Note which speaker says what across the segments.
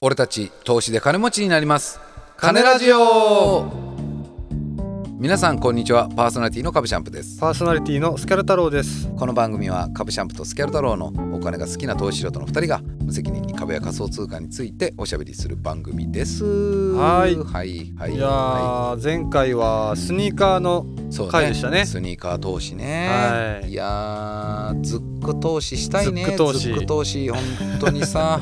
Speaker 1: 俺たち投資で金持ちになります金ラジオ皆さんこんにちはパーソナリティのカブシャンプです
Speaker 2: パーソナリティのスキャル太郎です。
Speaker 1: この番組はカブシャンプとスキャル太郎のお金が好きな投資素人の2人が無責任に株や仮想通貨についておしゃべりする番組です
Speaker 2: はい
Speaker 1: はいはい
Speaker 2: いや
Speaker 1: は
Speaker 2: ー、前回はスニーカーの
Speaker 1: いそう
Speaker 2: 回でしたね
Speaker 1: スニーカー投資ね、
Speaker 2: はい
Speaker 1: やーズック投資したいね
Speaker 2: ズック投資
Speaker 1: ズック投資本当に さ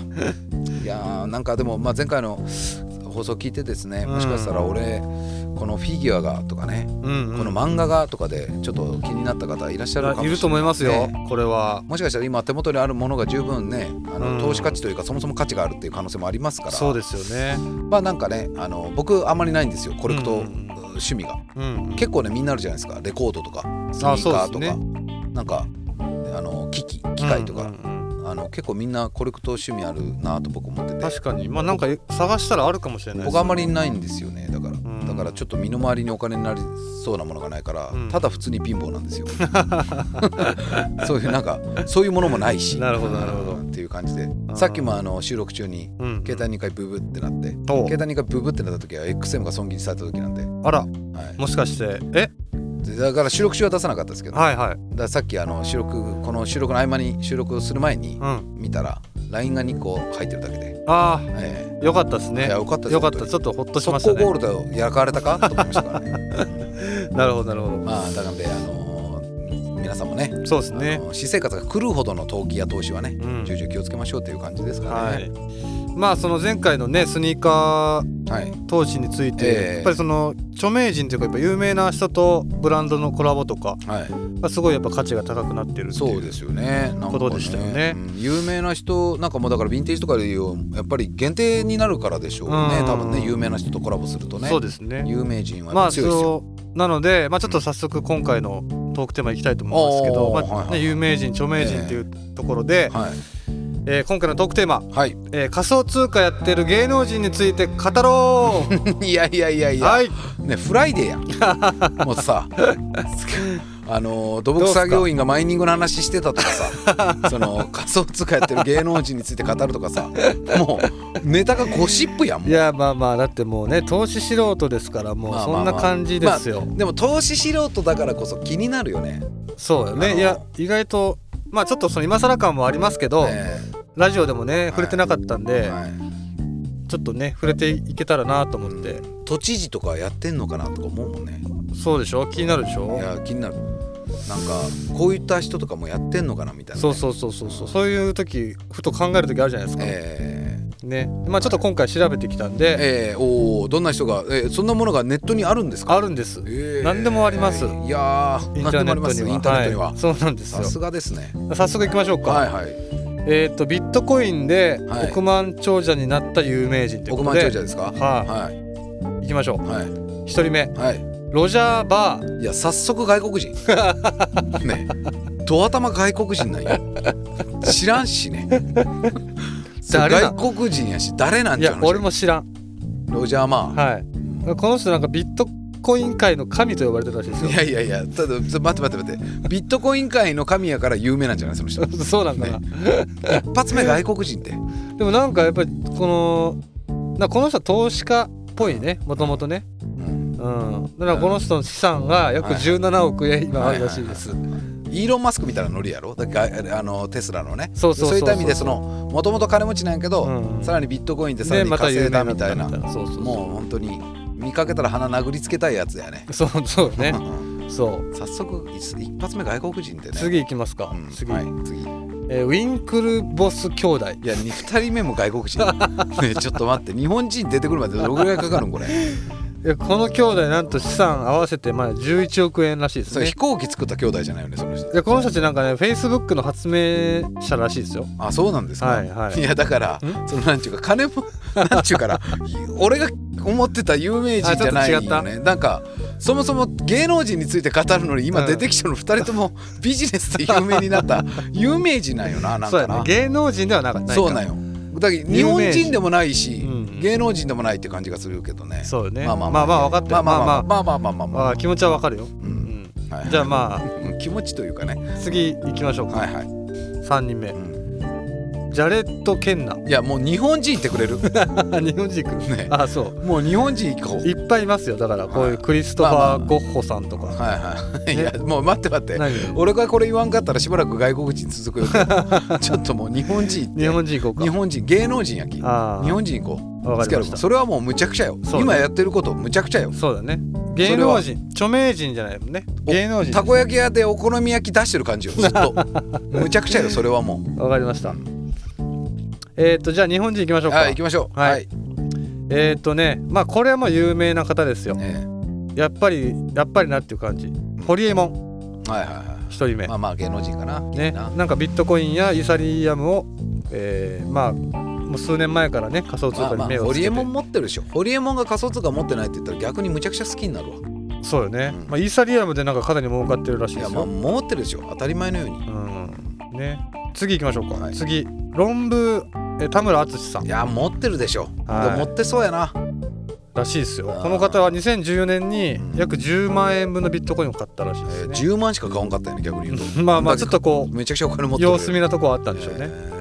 Speaker 1: いやーなんかでも、まあ、前回の放送聞いてですねもしかしたら俺、このフィギュアがとかね、
Speaker 2: うんうん
Speaker 1: この漫画がとかでちょっと気になった方いらっしゃるかもしれない
Speaker 2: いると思いますよ
Speaker 1: ね。
Speaker 2: これは
Speaker 1: もしかしたら今手元にあるものが十分ねあの、
Speaker 2: うん
Speaker 1: 投資価値というかそもそも価値があるっていう可能性もありますから
Speaker 2: そうですよね。
Speaker 1: まあなんかねあの僕あんまりないんですよコレクト、
Speaker 2: うんうんうん
Speaker 1: 趣味が
Speaker 2: うん。
Speaker 1: 結構ねみんなあるじゃないですかレコードとかスニーカーと
Speaker 2: そう
Speaker 1: か、
Speaker 2: です
Speaker 1: なんかあの機器機械と
Speaker 2: う
Speaker 1: か
Speaker 2: ん、うんうん
Speaker 1: あの結構みんなコレクト趣味あるなと僕思ってて
Speaker 2: 確かに、まあなんか探したらあるかもしれないです。
Speaker 1: 僕あんまりないんですよねだから、
Speaker 2: ん
Speaker 1: だからちょっと身の回りにお金になりそうなものがないから、
Speaker 2: うん
Speaker 1: ただ普通に貧乏なん ですよそういうなんかそういうものもないし
Speaker 2: なるほどなるほど
Speaker 1: うんっていう感じで
Speaker 2: ん
Speaker 1: さっきもあの収録中に
Speaker 2: うん
Speaker 1: 携帯2回ブブってなって
Speaker 2: お
Speaker 1: 携帯2回ブブってなった時は XM が損切りされた時なんで、は
Speaker 2: あら、
Speaker 1: い
Speaker 2: もしかして、え、
Speaker 1: で、だから収録中は出さなかったですけど、
Speaker 2: はいはい、
Speaker 1: だからさっきあの収録この収録の合間に収録する前に
Speaker 2: うん、
Speaker 1: 見たら LINE が2個入ってるだけで、
Speaker 2: あ
Speaker 1: え
Speaker 2: あ、よかったです
Speaker 1: えい
Speaker 2: ね
Speaker 1: や。よかったです
Speaker 2: よかった、ちょっとほっとしま
Speaker 1: 速
Speaker 2: した
Speaker 1: 攻ゴー
Speaker 2: ね。
Speaker 1: ルドやらかれたかと思いましたから ね。
Speaker 2: なるほどなるほ
Speaker 1: まあだからであのー皆さんもね、
Speaker 2: ど。そうです
Speaker 1: あ
Speaker 2: ね。
Speaker 1: の私生活が狂うほどの投機や投資はね、
Speaker 2: うん
Speaker 1: 重々気をつけましょうという感じですから
Speaker 2: は
Speaker 1: ね。
Speaker 2: い。まあその前回のねスニーカー
Speaker 1: はい。
Speaker 2: 投資について、
Speaker 1: ええ
Speaker 2: やっぱりその著名人というかやっぱ有名な人とブランドのコラボとか
Speaker 1: はい。
Speaker 2: がすごいやっぱ価値が高くなってるっていう
Speaker 1: そうですよね。なんかね
Speaker 2: ことでしたよね
Speaker 1: うん有名な人なんかもうだからヴィンテージとかでいうやっぱり限定になるからでしょうね。
Speaker 2: うん
Speaker 1: 多分ね有名な人とコラボするとね。
Speaker 2: そうですね
Speaker 1: 有名人はや
Speaker 2: ま
Speaker 1: っ
Speaker 2: あ
Speaker 1: ぱ強いですよ。
Speaker 2: そうなので、まあ、ちょっと早速今回のトークテーマいきたいと思うんですけど、
Speaker 1: おー
Speaker 2: まあ
Speaker 1: はいはい
Speaker 2: ね、有名人著名人っていうところで、
Speaker 1: はい。
Speaker 2: えー今回のトークテーマ、
Speaker 1: はい。
Speaker 2: えー仮想通貨やってる芸能人について語ろ う
Speaker 1: いやいやいやいや。
Speaker 2: はい
Speaker 1: ねフライデーや んもうさあのー土木作業員がマイニングの話してたとか さその仮想通貨やってる芸能人について語るとかさもうネタがゴシップやんもう
Speaker 2: いやまあまあだってもうね投資素人ですからもう
Speaker 1: まあまあ
Speaker 2: そんな感じですよ、
Speaker 1: まあでも投資素人だからこそ気になるよね
Speaker 2: そうよ
Speaker 1: あの
Speaker 2: ねいや意外とまあちょっとその今更感もありますけど、
Speaker 1: ね
Speaker 2: ラジオでもね
Speaker 1: い
Speaker 2: 触れてなかったんで、
Speaker 1: はい
Speaker 2: ちょっとね触れていけたらなと思って、
Speaker 1: 都知事とかやってんのかなとか思うもんね
Speaker 2: そうでしょ気になるでし
Speaker 1: い
Speaker 2: ょ
Speaker 1: や気になるなんかこういった人とかもやってんのかなみたいなね、
Speaker 2: そうそうそうそうそうそういう時ふと考える時あるじゃないですか、
Speaker 1: えー
Speaker 2: ねまあちょっと今回調べてきたんで、
Speaker 1: えー、おおどんな人が、えーそんなものがネットにあるんですか
Speaker 2: あるんです
Speaker 1: え
Speaker 2: 何でもあります
Speaker 1: いやー
Speaker 2: インターネ
Speaker 1: 何でも
Speaker 2: ットには
Speaker 1: ありますインターネットには、
Speaker 2: い、そうなんです
Speaker 1: さす
Speaker 2: よ
Speaker 1: がですね
Speaker 2: 早速行きましょうか、
Speaker 1: はいはい
Speaker 2: えっ、とビットコインで
Speaker 1: はい
Speaker 2: 億万長者になった有名人というこ
Speaker 1: 億
Speaker 2: と
Speaker 1: 万
Speaker 2: で、
Speaker 1: 長者ですか
Speaker 2: はい、
Speaker 1: はい
Speaker 2: 行きましょう
Speaker 1: はい
Speaker 2: 1人目
Speaker 1: はい
Speaker 2: ロジャー・バー
Speaker 1: いや早速外 国人ねドア玉外国人なんや知らんしね
Speaker 2: 誰なん
Speaker 1: 外国人やし誰なん
Speaker 2: い
Speaker 1: じゃ
Speaker 2: や
Speaker 1: う
Speaker 2: 俺も知らん
Speaker 1: ロジャーマ
Speaker 2: はい
Speaker 1: ー、
Speaker 2: この人なんかビットコイン界の神と呼ばれてるらしいですよ
Speaker 1: いやいやいやただちょ待って待って待ってビットコイン界の神やから有名なんじゃないそ の人
Speaker 2: そうなんかな、
Speaker 1: 一発目外国人って
Speaker 2: でもなんかやっぱりこのなこの人は投資家っぽいねもともとね
Speaker 1: うん
Speaker 2: うんだからこの人の資産が約
Speaker 1: はい
Speaker 2: 17億円今あるらしいです、
Speaker 1: イーロン・マスクみたいなノリやろだからあのテスラのね
Speaker 2: そうそう
Speaker 1: そういった意味で
Speaker 2: そ
Speaker 1: そのもともと金持ちなんやけど、
Speaker 2: うん
Speaker 1: さらにビットコインで
Speaker 2: う
Speaker 1: さらに稼いだみたい
Speaker 2: 有名
Speaker 1: な
Speaker 2: にったそうそう
Speaker 1: もう本当に見かけたら鼻殴りつけたいやつやね
Speaker 2: そうそうそうねそう
Speaker 1: 早速一一発目外国人でね
Speaker 2: 次行きますか、
Speaker 1: うん
Speaker 2: 次、
Speaker 1: はい、次い
Speaker 2: えーウィンクルボス兄弟
Speaker 1: や二二人目も外国人 ねちょっと待って日本人出てくるまでどれぐらいかかるんこれ
Speaker 2: いやこの兄弟なんと資産合わせてまあ11億円らしいです
Speaker 1: それ
Speaker 2: ね
Speaker 1: 飛行機作った兄弟じゃないよねその人
Speaker 2: いやこの人たちなんかねフェイスブックの発明者らしいですよ
Speaker 1: あそうなんですか、
Speaker 2: はいはい
Speaker 1: やだから
Speaker 2: ん
Speaker 1: そのなんちゅうか金もなんちゅうから俺が思ってた有名人じゃないよ
Speaker 2: あちょっと
Speaker 1: ねなんかそもそも芸能人について語るのに今
Speaker 2: うん
Speaker 1: 出てきたの2人ともビジネスで有名になった有名人なんよななん
Speaker 2: そ
Speaker 1: か
Speaker 2: うやね
Speaker 1: な
Speaker 2: 芸能人ではなかった
Speaker 1: そうなんよだから日本人でもないし、
Speaker 2: うん
Speaker 1: 芸能人でもないって感じがするけどね
Speaker 2: そうよね
Speaker 1: ま
Speaker 2: ま
Speaker 1: あま
Speaker 2: あま
Speaker 1: あま
Speaker 2: あま
Speaker 1: あ
Speaker 2: あ分かってる
Speaker 1: まあまあま
Speaker 2: ま
Speaker 1: あまあ
Speaker 2: あ
Speaker 1: まあまあまあまあ
Speaker 2: まあ気持ちは分かるよ、
Speaker 1: う
Speaker 2: うんん
Speaker 1: はい
Speaker 2: じゃあま
Speaker 1: うん気持ちというかね
Speaker 2: あ次行きましょうか、
Speaker 1: はいはい、
Speaker 2: 3人目
Speaker 1: うん
Speaker 2: ジャレット・ ケンナ
Speaker 1: いやもう日本人いてくれる
Speaker 2: 日本人来る
Speaker 1: ね
Speaker 2: あそう
Speaker 1: もう日本人行こう
Speaker 2: いっぱいいますよだからこういうクリストファー・ゴッホさんとか、
Speaker 1: はいはいい
Speaker 2: ね
Speaker 1: やもう待って待って
Speaker 2: 何
Speaker 1: 俺がこれ言わんかったらしばらく外国人続くよ ちょっともう日本人行って
Speaker 2: 日本人行こうか
Speaker 1: 日本人芸能人やき日
Speaker 2: ああ
Speaker 1: 本人行こ
Speaker 2: わ
Speaker 1: う
Speaker 2: かりま
Speaker 1: つけ
Speaker 2: し
Speaker 1: ろ
Speaker 2: た
Speaker 1: それはもうむちゃくちゃよ
Speaker 2: そうね
Speaker 1: 今やってることむちゃくちゃよ
Speaker 2: そうだね芸能人著名人じゃないもんね
Speaker 1: お
Speaker 2: 芸能人
Speaker 1: たこ焼き屋でお好み焼き出してる感じよずっ とむちゃくちゃよそれはも
Speaker 2: わかりましたえっ、とじゃあ日本人行きまし
Speaker 1: う
Speaker 2: ょうか、
Speaker 1: はい行きましょう
Speaker 2: はい
Speaker 1: はい
Speaker 2: えっ、とねまあこれはもう有名な方ですよ
Speaker 1: え
Speaker 2: やっぱりやっぱりなっていう感じホリエモン
Speaker 1: えはいはいは
Speaker 2: 1人目
Speaker 1: いまあまあ芸能人かな
Speaker 2: ね、
Speaker 1: な
Speaker 2: なんかビットコインやイーサリアムを、えーまあもう数年前からね仮想通
Speaker 1: まあ
Speaker 2: 貨
Speaker 1: ま
Speaker 2: に
Speaker 1: あ
Speaker 2: 目を
Speaker 1: ホ
Speaker 2: つけ
Speaker 1: リ
Speaker 2: て、
Speaker 1: エモン持ってるでしょホリエモンが仮想通貨持ってないって言ったら逆にむちゃくちゃ好きになるわ
Speaker 2: そうよね、
Speaker 1: うん
Speaker 2: まあ、イーサリアムでなんかかなり儲かってるらしい
Speaker 1: い
Speaker 2: で
Speaker 1: や
Speaker 2: す
Speaker 1: まあ
Speaker 2: よ、
Speaker 1: 持ってるでしょ当たり前のように
Speaker 2: うんね、次行きましょうか、
Speaker 1: はい
Speaker 2: 次論文えー田村淳さん
Speaker 1: いや持ってるでしょ
Speaker 2: はい
Speaker 1: でも持ってそうやな
Speaker 2: らしいですよ
Speaker 1: あー
Speaker 2: この方は2014年に
Speaker 1: うん
Speaker 2: 約10万円分のビットコインを買ったらしい
Speaker 1: え
Speaker 2: です
Speaker 1: ー
Speaker 2: ね、
Speaker 1: 10万しか買わんかったよね逆に言うと
Speaker 2: まあまあちょっとこ
Speaker 1: めちゃくちゃお金持っ
Speaker 2: う
Speaker 1: てる
Speaker 2: 様子見なとこはあったんでしょうね、
Speaker 1: え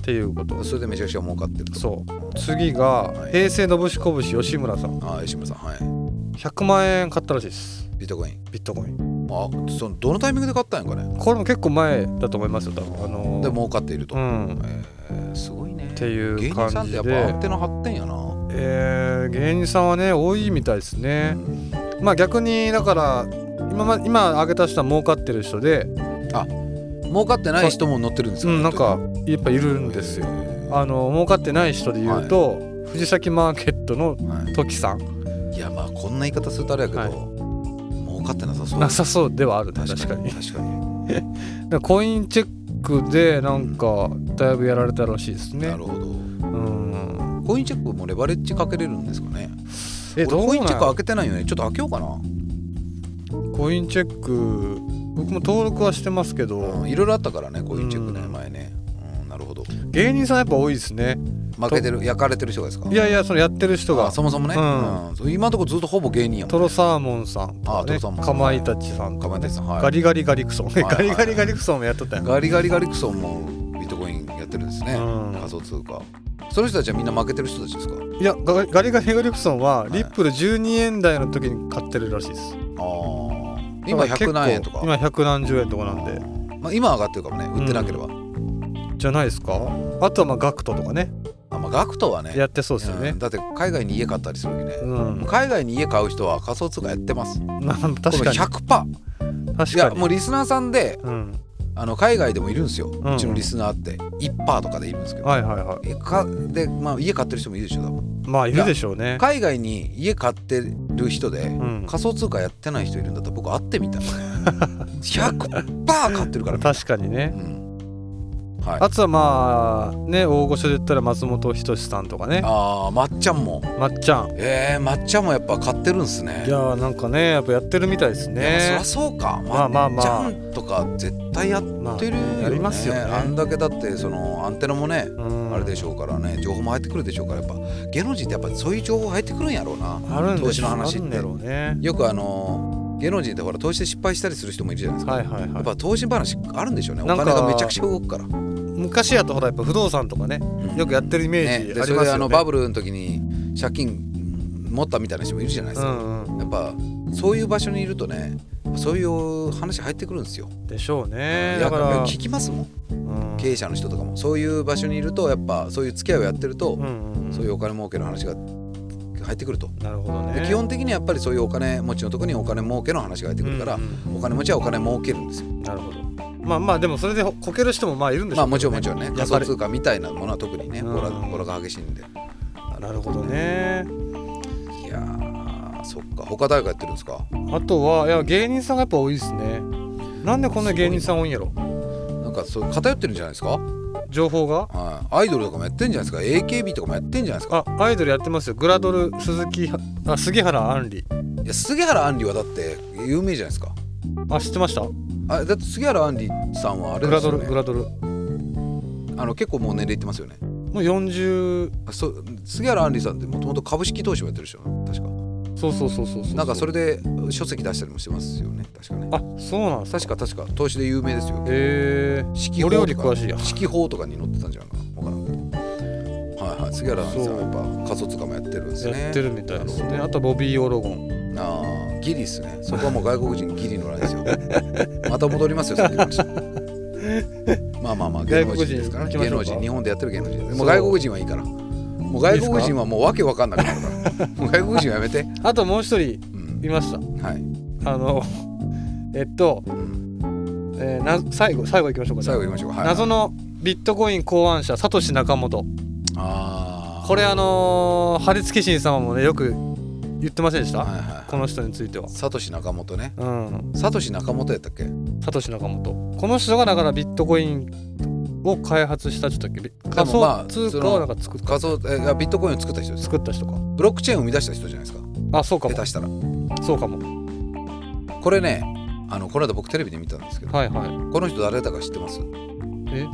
Speaker 2: っていうこと
Speaker 1: ーそれでめちゃくちゃ儲かってると
Speaker 2: そう次が
Speaker 1: はい
Speaker 2: 平成のぶしこぶし吉村さん
Speaker 1: ああ吉村さんは
Speaker 2: 100万円買ったらしいです
Speaker 1: いビットコイン
Speaker 2: ビットコイン
Speaker 1: あそのどのタイミングで買ったんやかね
Speaker 2: これも結構前だと思いますよ多分あの
Speaker 1: で
Speaker 2: ー
Speaker 1: 儲かっていると、
Speaker 2: うん
Speaker 1: えーすごいね
Speaker 2: っていう
Speaker 1: 芸人さんってやっ
Speaker 2: 感
Speaker 1: ぱ
Speaker 2: じで
Speaker 1: アンテナ張ってんやな、
Speaker 2: えー芸人さんはね多いみたいですね、まあ逆にだから今ま今挙げた人は儲かってる人で
Speaker 1: 儲かってない人も乗ってるんです
Speaker 2: う
Speaker 1: か、
Speaker 2: んなんかやっぱいるんですよあの儲かってない人で言うと、藤崎マーケットの
Speaker 1: は
Speaker 2: 時さん
Speaker 1: い、いやまあこんな言い方するとあれやけど、
Speaker 2: はい
Speaker 1: 儲かってなさそう
Speaker 2: なさそうではあるね確かに
Speaker 1: 確かに確かに
Speaker 2: だからコインチェックでなんかだいぶやられたらしいですね
Speaker 1: なるほど
Speaker 2: うん
Speaker 1: コインチェックもレバレッジかけれるんですかね
Speaker 2: え
Speaker 1: 俺
Speaker 2: どう
Speaker 1: コインチェック
Speaker 2: な
Speaker 1: 開
Speaker 2: ん
Speaker 1: けてないよねちょっと開けようかな
Speaker 2: コインチェック僕も登録はしてますけど、
Speaker 1: うんいろいろあったからねコインチェックね
Speaker 2: うん
Speaker 1: 前ねうんなるほど
Speaker 2: 芸人さんやっぱ多いですね
Speaker 1: 負けてる焼かれてる人がですか
Speaker 2: いやいやそのやってる人
Speaker 1: あ
Speaker 2: が
Speaker 1: そもそもね、
Speaker 2: うん
Speaker 1: うんそう今のとこずっとほぼ芸人やも
Speaker 2: ト
Speaker 1: ん
Speaker 2: ロサーモンさんと
Speaker 1: あ
Speaker 2: か、
Speaker 1: トロ
Speaker 2: ね
Speaker 1: サーモン、さん
Speaker 2: かまいたちさん
Speaker 1: か
Speaker 2: と
Speaker 1: ま
Speaker 2: か、
Speaker 1: いた
Speaker 2: ね
Speaker 1: ちさんはい
Speaker 2: ガリガリガリクソン、ね
Speaker 1: はいはいはい
Speaker 2: ガリガリガリクソンもやっとったやん、
Speaker 1: ガリガリガリクソンもビットコインやってるんですね、
Speaker 2: うん
Speaker 1: 仮想通貨その人たちはみんな負けてる人たちですか
Speaker 2: いやガガリガリガリクソンはいリップル12円台の時に買ってるらしいです、
Speaker 1: あー今
Speaker 2: だから結
Speaker 1: 100
Speaker 2: 構
Speaker 1: 何円とか
Speaker 2: 今100何十円とかなんで
Speaker 1: まあ、今上がってるかもね売ってなければ、
Speaker 2: じゃないですかあとはまあガクトとかね
Speaker 1: あまあガクトはね
Speaker 2: やってそうですよ
Speaker 1: う
Speaker 2: ね
Speaker 1: んだって海外に家買ったりするわけね、
Speaker 2: うん、
Speaker 1: 海外に家買う人は仮想通貨やってます
Speaker 2: まあ確かに
Speaker 1: これ100%
Speaker 2: 確
Speaker 1: いや
Speaker 2: かに
Speaker 1: もうリスナーさんで
Speaker 2: うん、
Speaker 1: あの海外でもいるんですよ、うんちのリスナーって1%とかでいるんですけど、
Speaker 2: はいはいはい
Speaker 1: えかで、まあ、家買ってる人もいるでしょ多分
Speaker 2: まあいるでしょうね
Speaker 1: 海外に家買ってる人で
Speaker 2: うん
Speaker 1: 仮想通貨やってない人いるんだったら僕会ってみた い100%買ってるから、
Speaker 2: 確かにね
Speaker 1: うん、はい
Speaker 2: あとはまあね大御所で言ったら松本人志さんとかね
Speaker 1: あーまっちゃんも
Speaker 2: まっちゃん
Speaker 1: えー、まっちゃんもやっぱ買ってるんすね
Speaker 2: いやーなんかねやっぱやってるみたいです
Speaker 1: いやまあそり
Speaker 2: ね
Speaker 1: ゃ。そうか
Speaker 2: まあまあまあ
Speaker 1: まっちゃんとか絶対やっ
Speaker 2: まあ
Speaker 1: てるよ、ね、
Speaker 2: やりますよね。
Speaker 1: あんだけだってそのアンテナもね
Speaker 2: うん
Speaker 1: あれでしょうからね情報も入ってくるでしょうからやっぱ芸能人ってやっぱそういう情報入ってくるんやろうな
Speaker 2: あるん
Speaker 1: 投
Speaker 2: で
Speaker 1: 資
Speaker 2: し
Speaker 1: の
Speaker 2: ょ
Speaker 1: 話って
Speaker 2: あるんだろうね。
Speaker 1: よくあの芸能人ってほら投資で失敗したりする人もいるじゃないですか、
Speaker 2: はいはいは
Speaker 1: や
Speaker 2: い
Speaker 1: っ。ぱ投資話あるんでしょうねお
Speaker 2: なんか
Speaker 1: 金がめちゃくちゃ動くから、
Speaker 2: 昔やとほらやっぱ不動産とかね
Speaker 1: うん
Speaker 2: よくやってるイメ
Speaker 1: ね
Speaker 2: ージあり
Speaker 1: で
Speaker 2: ます
Speaker 1: それ
Speaker 2: よね。
Speaker 1: であのバブルの時に借金持ったみたいな人もいるじゃないです
Speaker 2: う
Speaker 1: か、
Speaker 2: んうん
Speaker 1: やっぱそういう場所にいるとねそういう話入ってくるんですよ、
Speaker 2: でしょうね。
Speaker 1: いや
Speaker 2: だから
Speaker 1: 聞きますもん
Speaker 2: うん
Speaker 1: 経営者の人とかもそういう場所にいるとやっぱそういう付き合いをやってると、
Speaker 2: うんうん
Speaker 1: そういうお金儲けの話が入ってくると、
Speaker 2: なるほど
Speaker 1: で
Speaker 2: ね。
Speaker 1: 基本的にやっぱりそういうお金持ちのとこにお金儲けの話が入ってくるから、
Speaker 2: うんうん
Speaker 1: お金持ちはお金儲けるんですよ、
Speaker 2: なるほど。まあまあでもそれでこける人もまあいるんでし
Speaker 1: まあ
Speaker 2: ょう
Speaker 1: もち
Speaker 2: け
Speaker 1: ろ
Speaker 2: ど
Speaker 1: んもち
Speaker 2: ね。
Speaker 1: ろんね仮
Speaker 2: やっぱ
Speaker 1: 想
Speaker 2: り
Speaker 1: 通貨みたいなものは特にね
Speaker 2: うん
Speaker 1: ボラボラが激しいんで
Speaker 2: なるほどね。
Speaker 1: いやーそっか他誰かやってるんですか
Speaker 2: あとはいや芸人さんがやっぱ多いですね。なんでこんな芸人さん多いんやろ。
Speaker 1: なんかそう偏ってるんじゃないですか、
Speaker 2: 情報が。
Speaker 1: はい、アイドルとかもやってんじゃないですか AKB とかもやってんじゃないですか
Speaker 2: あアイドルやってますよグラドル鈴木はあ杉原杏里
Speaker 1: いや杉原杏里はだって有名じゃないですか
Speaker 2: あ知ってました
Speaker 1: あだって杉原杏里さんはあれ
Speaker 2: グ
Speaker 1: で
Speaker 2: ラ
Speaker 1: す
Speaker 2: ド
Speaker 1: よ
Speaker 2: ル
Speaker 1: ね
Speaker 2: グラドル
Speaker 1: あの結構もう年齢いってますよね
Speaker 2: もう40
Speaker 1: あそう杉原杏里さんってもともと株式投資もやってるでしょ確か
Speaker 2: そうそうそうそうそう
Speaker 1: なんかそれで書籍出したりもしてますよね確かね
Speaker 2: あそうなんですか
Speaker 1: 確か確か投資で有名ですよ
Speaker 2: え
Speaker 1: 四
Speaker 2: ー、俺より詳しいや
Speaker 1: 四季法とかに載ってたんじゃないかなわからんはいはい杉原さん
Speaker 2: そう
Speaker 1: やっぱ仮想通貨もやってるんですね
Speaker 2: やってるみたいです
Speaker 1: な
Speaker 2: ね
Speaker 1: る
Speaker 2: あとボビー・オロゴン
Speaker 1: ほどあーギリですねそこはもう外国人ギリのラインですよ また戻りますよさっきの話まあまあまあ芸能人ですからね
Speaker 2: 外
Speaker 1: 芸能
Speaker 2: 国人行きましょうか
Speaker 1: 人日本でやってる芸能人です
Speaker 2: そ
Speaker 1: も
Speaker 2: う
Speaker 1: う外国人はいいからもう外国人はもうわけわかんなくなるからもう外国人はやめて、
Speaker 2: あともう一人
Speaker 1: うん
Speaker 2: いました
Speaker 1: はい、
Speaker 2: あの えっと、
Speaker 1: うん
Speaker 2: えー、な最後最後いきましょうかじゃあ
Speaker 1: 最後言いましょうか、はい、
Speaker 2: 謎のビットコイン考案者サトシナカモト
Speaker 1: あー
Speaker 2: これあのー、張付神様もねよく言ってませんでした、
Speaker 1: はいはいはい
Speaker 2: この人については
Speaker 1: サトシ中本ね
Speaker 2: うん
Speaker 1: サトシ中本やったっけ
Speaker 2: サトシナカモトこの人がだからビットコインを開発した人だっけ仮
Speaker 1: でもまあ
Speaker 2: 想通貨をなんか作っ
Speaker 1: 仮想えービットコインを作った人です
Speaker 2: 作った人か
Speaker 1: ブロックチェーンを生み出した人じゃないですか
Speaker 2: あそうか
Speaker 1: 下
Speaker 2: も
Speaker 1: 手したら
Speaker 2: そうかも
Speaker 1: これねあのこの間僕テレビで見たんですけど
Speaker 2: はいは
Speaker 1: この人誰だか知ってますい
Speaker 2: いえ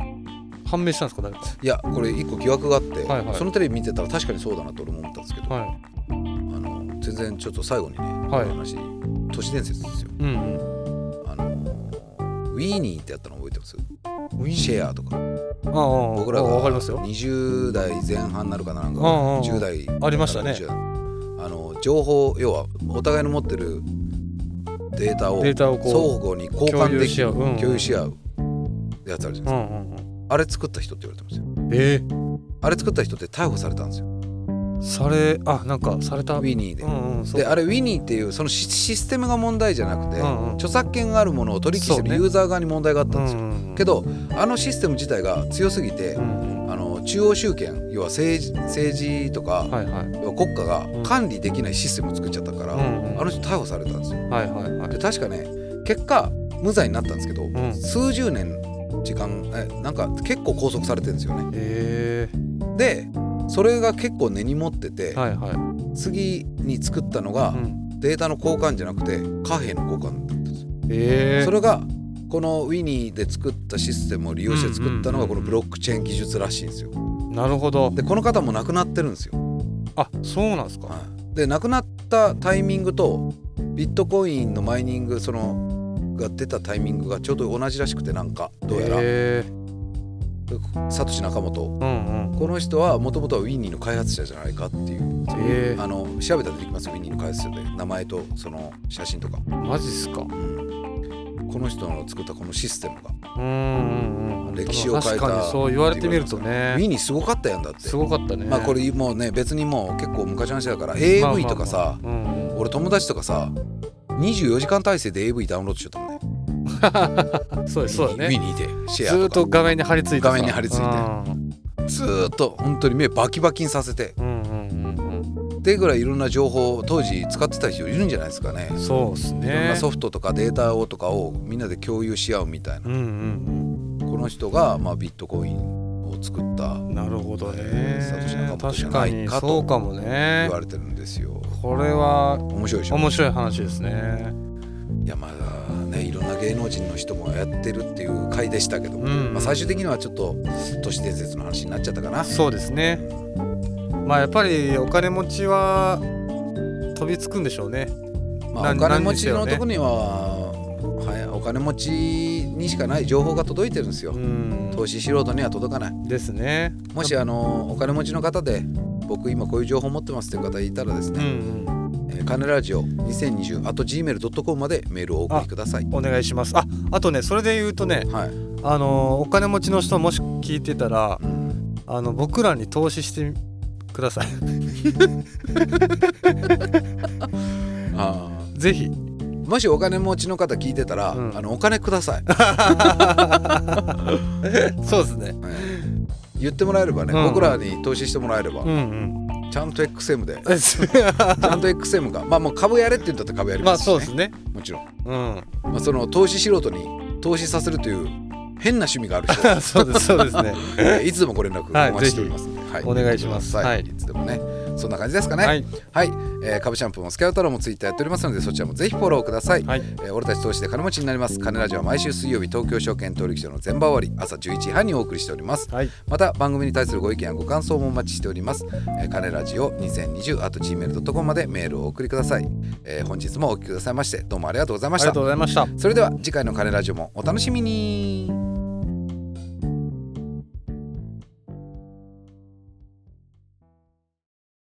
Speaker 2: 判明したんですか誰か
Speaker 1: やこれ一個疑惑があって、
Speaker 2: はいはい
Speaker 1: そのテレビ見てたら確かにそうだなと俺も思ったんですけど、
Speaker 2: は
Speaker 1: あの全然ちょっと最後にね、
Speaker 2: はい
Speaker 1: この話都市伝説ですよ
Speaker 2: いうんうん
Speaker 1: あのウィーニーってやったの覚えてます
Speaker 2: ウィン
Speaker 1: シェアとか
Speaker 2: ああああ
Speaker 1: 僕ら
Speaker 2: ああわかり
Speaker 1: が
Speaker 2: ますよ
Speaker 1: 20代前半になるかななんか
Speaker 2: うんうんうん
Speaker 1: 10代
Speaker 2: ありましたね
Speaker 1: 10あの情報要はお互いの持ってるデータを
Speaker 2: データを
Speaker 1: 相
Speaker 2: こ
Speaker 1: 互に交換できる
Speaker 2: 共有し合ううん
Speaker 1: 共有し合うやつあるじゃ
Speaker 2: うう
Speaker 1: ないですか、
Speaker 2: んうん
Speaker 1: あれ作った人って言われてますよ
Speaker 2: うんえー、
Speaker 1: あれ作った人って逮捕されたんですよ
Speaker 2: されあなんかされた
Speaker 1: ウィニーで、
Speaker 2: うんうんそう
Speaker 1: であれウィニーっていうそのシシステムが問題じゃなくて、
Speaker 2: うんうん
Speaker 1: 著作権があるものを取り引きして
Speaker 2: そう
Speaker 1: る
Speaker 2: ね
Speaker 1: ユーザー側に問題があった
Speaker 2: うん
Speaker 1: ですよ、
Speaker 2: んうん
Speaker 1: けどあのシステム自体が強すぎて、
Speaker 2: うんうん
Speaker 1: あの中央集権要は政治政治とか、
Speaker 2: はいはい
Speaker 1: 要は国家が
Speaker 2: ん
Speaker 1: 管理できないシステムを作っちゃったから、
Speaker 2: うんうん
Speaker 1: あの人逮捕されたんですよ
Speaker 2: はいはいはい
Speaker 1: で確かね結果無罪になったんですけど、
Speaker 2: ん
Speaker 1: 数十年時間えなんか結構拘束されてるんですよね
Speaker 2: え
Speaker 1: でそれが結構根に持ってて、
Speaker 2: ー、はいはい
Speaker 1: 次に作ったのが、
Speaker 2: うん
Speaker 1: データの交換じゃなくて貨幣の交換だったんですよ
Speaker 2: えー、
Speaker 1: それがこのウィニーで作ったシステムを利用して作ったのがこのブロックチェーン技術らしいんですよ
Speaker 2: なるほど
Speaker 1: でこの方も亡くなってるんですよ
Speaker 2: あそうなんですか、
Speaker 1: はい、で亡くなったタイミングとビットコインのマイニングそのが出たタイミングがちょうど同じらしくてなんかどうやら、
Speaker 2: えー、
Speaker 1: サトシナカモト
Speaker 2: うんうん
Speaker 1: この人はもともとはウィニーの開発者じゃないかっていう、
Speaker 2: え
Speaker 1: あの調べたらできますウィニーの開発者で名前とその写真とか、
Speaker 2: ー、マジっすか
Speaker 1: うんこの人の作ったこのシステムが
Speaker 2: うんうんうん
Speaker 1: 歴史を変えた
Speaker 2: 確かにそう言われてみると
Speaker 1: ウィ
Speaker 2: ね
Speaker 1: ニーすごかったやんだって
Speaker 2: すごかったね
Speaker 1: まあこれもうね別にもう結構昔の話だから
Speaker 2: まあまあま
Speaker 1: AV
Speaker 2: あ
Speaker 1: とかさ、
Speaker 2: うん
Speaker 1: 俺友達とかさ24時間体制で AV ダウンロードしちゃったもんね
Speaker 2: うんそうですそうだ
Speaker 1: ウィ
Speaker 2: ね
Speaker 1: ニーでシ
Speaker 2: ず
Speaker 1: ェアとか
Speaker 2: ーっと画面に張り付いてさ
Speaker 1: 画面に張り付いて
Speaker 2: うん
Speaker 1: ずーっと本当に目バキバキにさせて
Speaker 2: うんうんうん
Speaker 1: ってぐらいいろんな情報を当時使ってた人いるんじゃないですかね
Speaker 2: うんそうです
Speaker 1: いろん
Speaker 2: ね
Speaker 1: なソフトとかデータをとかをみんなで共有し合うみたいな
Speaker 2: うんうん
Speaker 1: この人がまあビットコインを作った
Speaker 2: うんなるほどね
Speaker 1: えーサトシナカモトじゃ
Speaker 2: 確
Speaker 1: な
Speaker 2: か
Speaker 1: い
Speaker 2: に
Speaker 1: かと
Speaker 2: そうかもね
Speaker 1: 言われてるんですよ
Speaker 2: これは
Speaker 1: 面白いでしょ
Speaker 2: 面白い話ですね
Speaker 1: いやまあねいろんな芸能人の人もやってるっていう回でしたけども、
Speaker 2: うん
Speaker 1: まあ、最終的にはちょっと都市伝説の話になっちゃったかな
Speaker 2: そうですねまあやっぱりお金持ちは飛びつくんでしょうね
Speaker 1: まあ、お
Speaker 2: な
Speaker 1: 金
Speaker 2: なん
Speaker 1: 持
Speaker 2: に
Speaker 1: ち
Speaker 2: せよ
Speaker 1: の
Speaker 2: ね
Speaker 1: とこには、はい、お金持ちにしかない情報が届いてるんですよ、
Speaker 2: うん
Speaker 1: 投資素人には届かない
Speaker 2: ですね
Speaker 1: もしあのお金持ちの方で僕今こういう情報持ってますっていう方いたらです
Speaker 2: う
Speaker 1: ね、
Speaker 2: んうん
Speaker 1: えーカネラジオ2020あと gmail.com までメールをお送りください
Speaker 2: お願いしますああとねそれで言うとね
Speaker 1: はい、
Speaker 2: あのーお金持ちの人もし聞いてたら
Speaker 1: うん
Speaker 2: あの僕らに投資してください
Speaker 1: あ
Speaker 2: ぜひ
Speaker 1: ーもしお金持ちの方聞いてたら、
Speaker 2: うん
Speaker 1: あのお金くだ さい、
Speaker 2: そうです
Speaker 1: え
Speaker 2: ね
Speaker 1: ー言ってもらえればね、
Speaker 2: うん
Speaker 1: 僕らに投資してもらえれば、
Speaker 2: うん
Speaker 1: ちゃんと XM で
Speaker 2: うん
Speaker 1: ちゃんと XM がまあもう株やれって言うんだったら株やり
Speaker 2: ま
Speaker 1: ま
Speaker 2: あ
Speaker 1: すし、ね
Speaker 2: そうですね
Speaker 1: もちろん
Speaker 2: うん
Speaker 1: まあ、その投資素人に投資させるという変な趣味がある人
Speaker 2: そうですそうですね
Speaker 1: えーいつでもご連絡お
Speaker 2: はい
Speaker 1: 待ちしております、は
Speaker 2: お願いします
Speaker 1: は
Speaker 2: はい
Speaker 1: い、いつでもねそんな感じですかね
Speaker 2: は
Speaker 1: はい、
Speaker 2: い
Speaker 1: えー、株シャンプーもスキャウ太郎もツイッターやっておりますのでそちらもぜひフォローください、
Speaker 2: はい
Speaker 1: えー俺たち投資で金持ちになります金ラジオは毎週水曜日東京証券取引所の前場終わり朝11時半にお送りしております
Speaker 2: はい
Speaker 1: また番組に対するご意見やご感想もお待ちしております、えー、金ラジオ2020あと gmail.com までメールをお送りください、えー、本日もお聞きくださいましてどうもありがとうござい
Speaker 2: あ
Speaker 1: ま
Speaker 2: り
Speaker 1: した
Speaker 2: がとうございました
Speaker 1: それでは次回の金ラジオもお楽しみに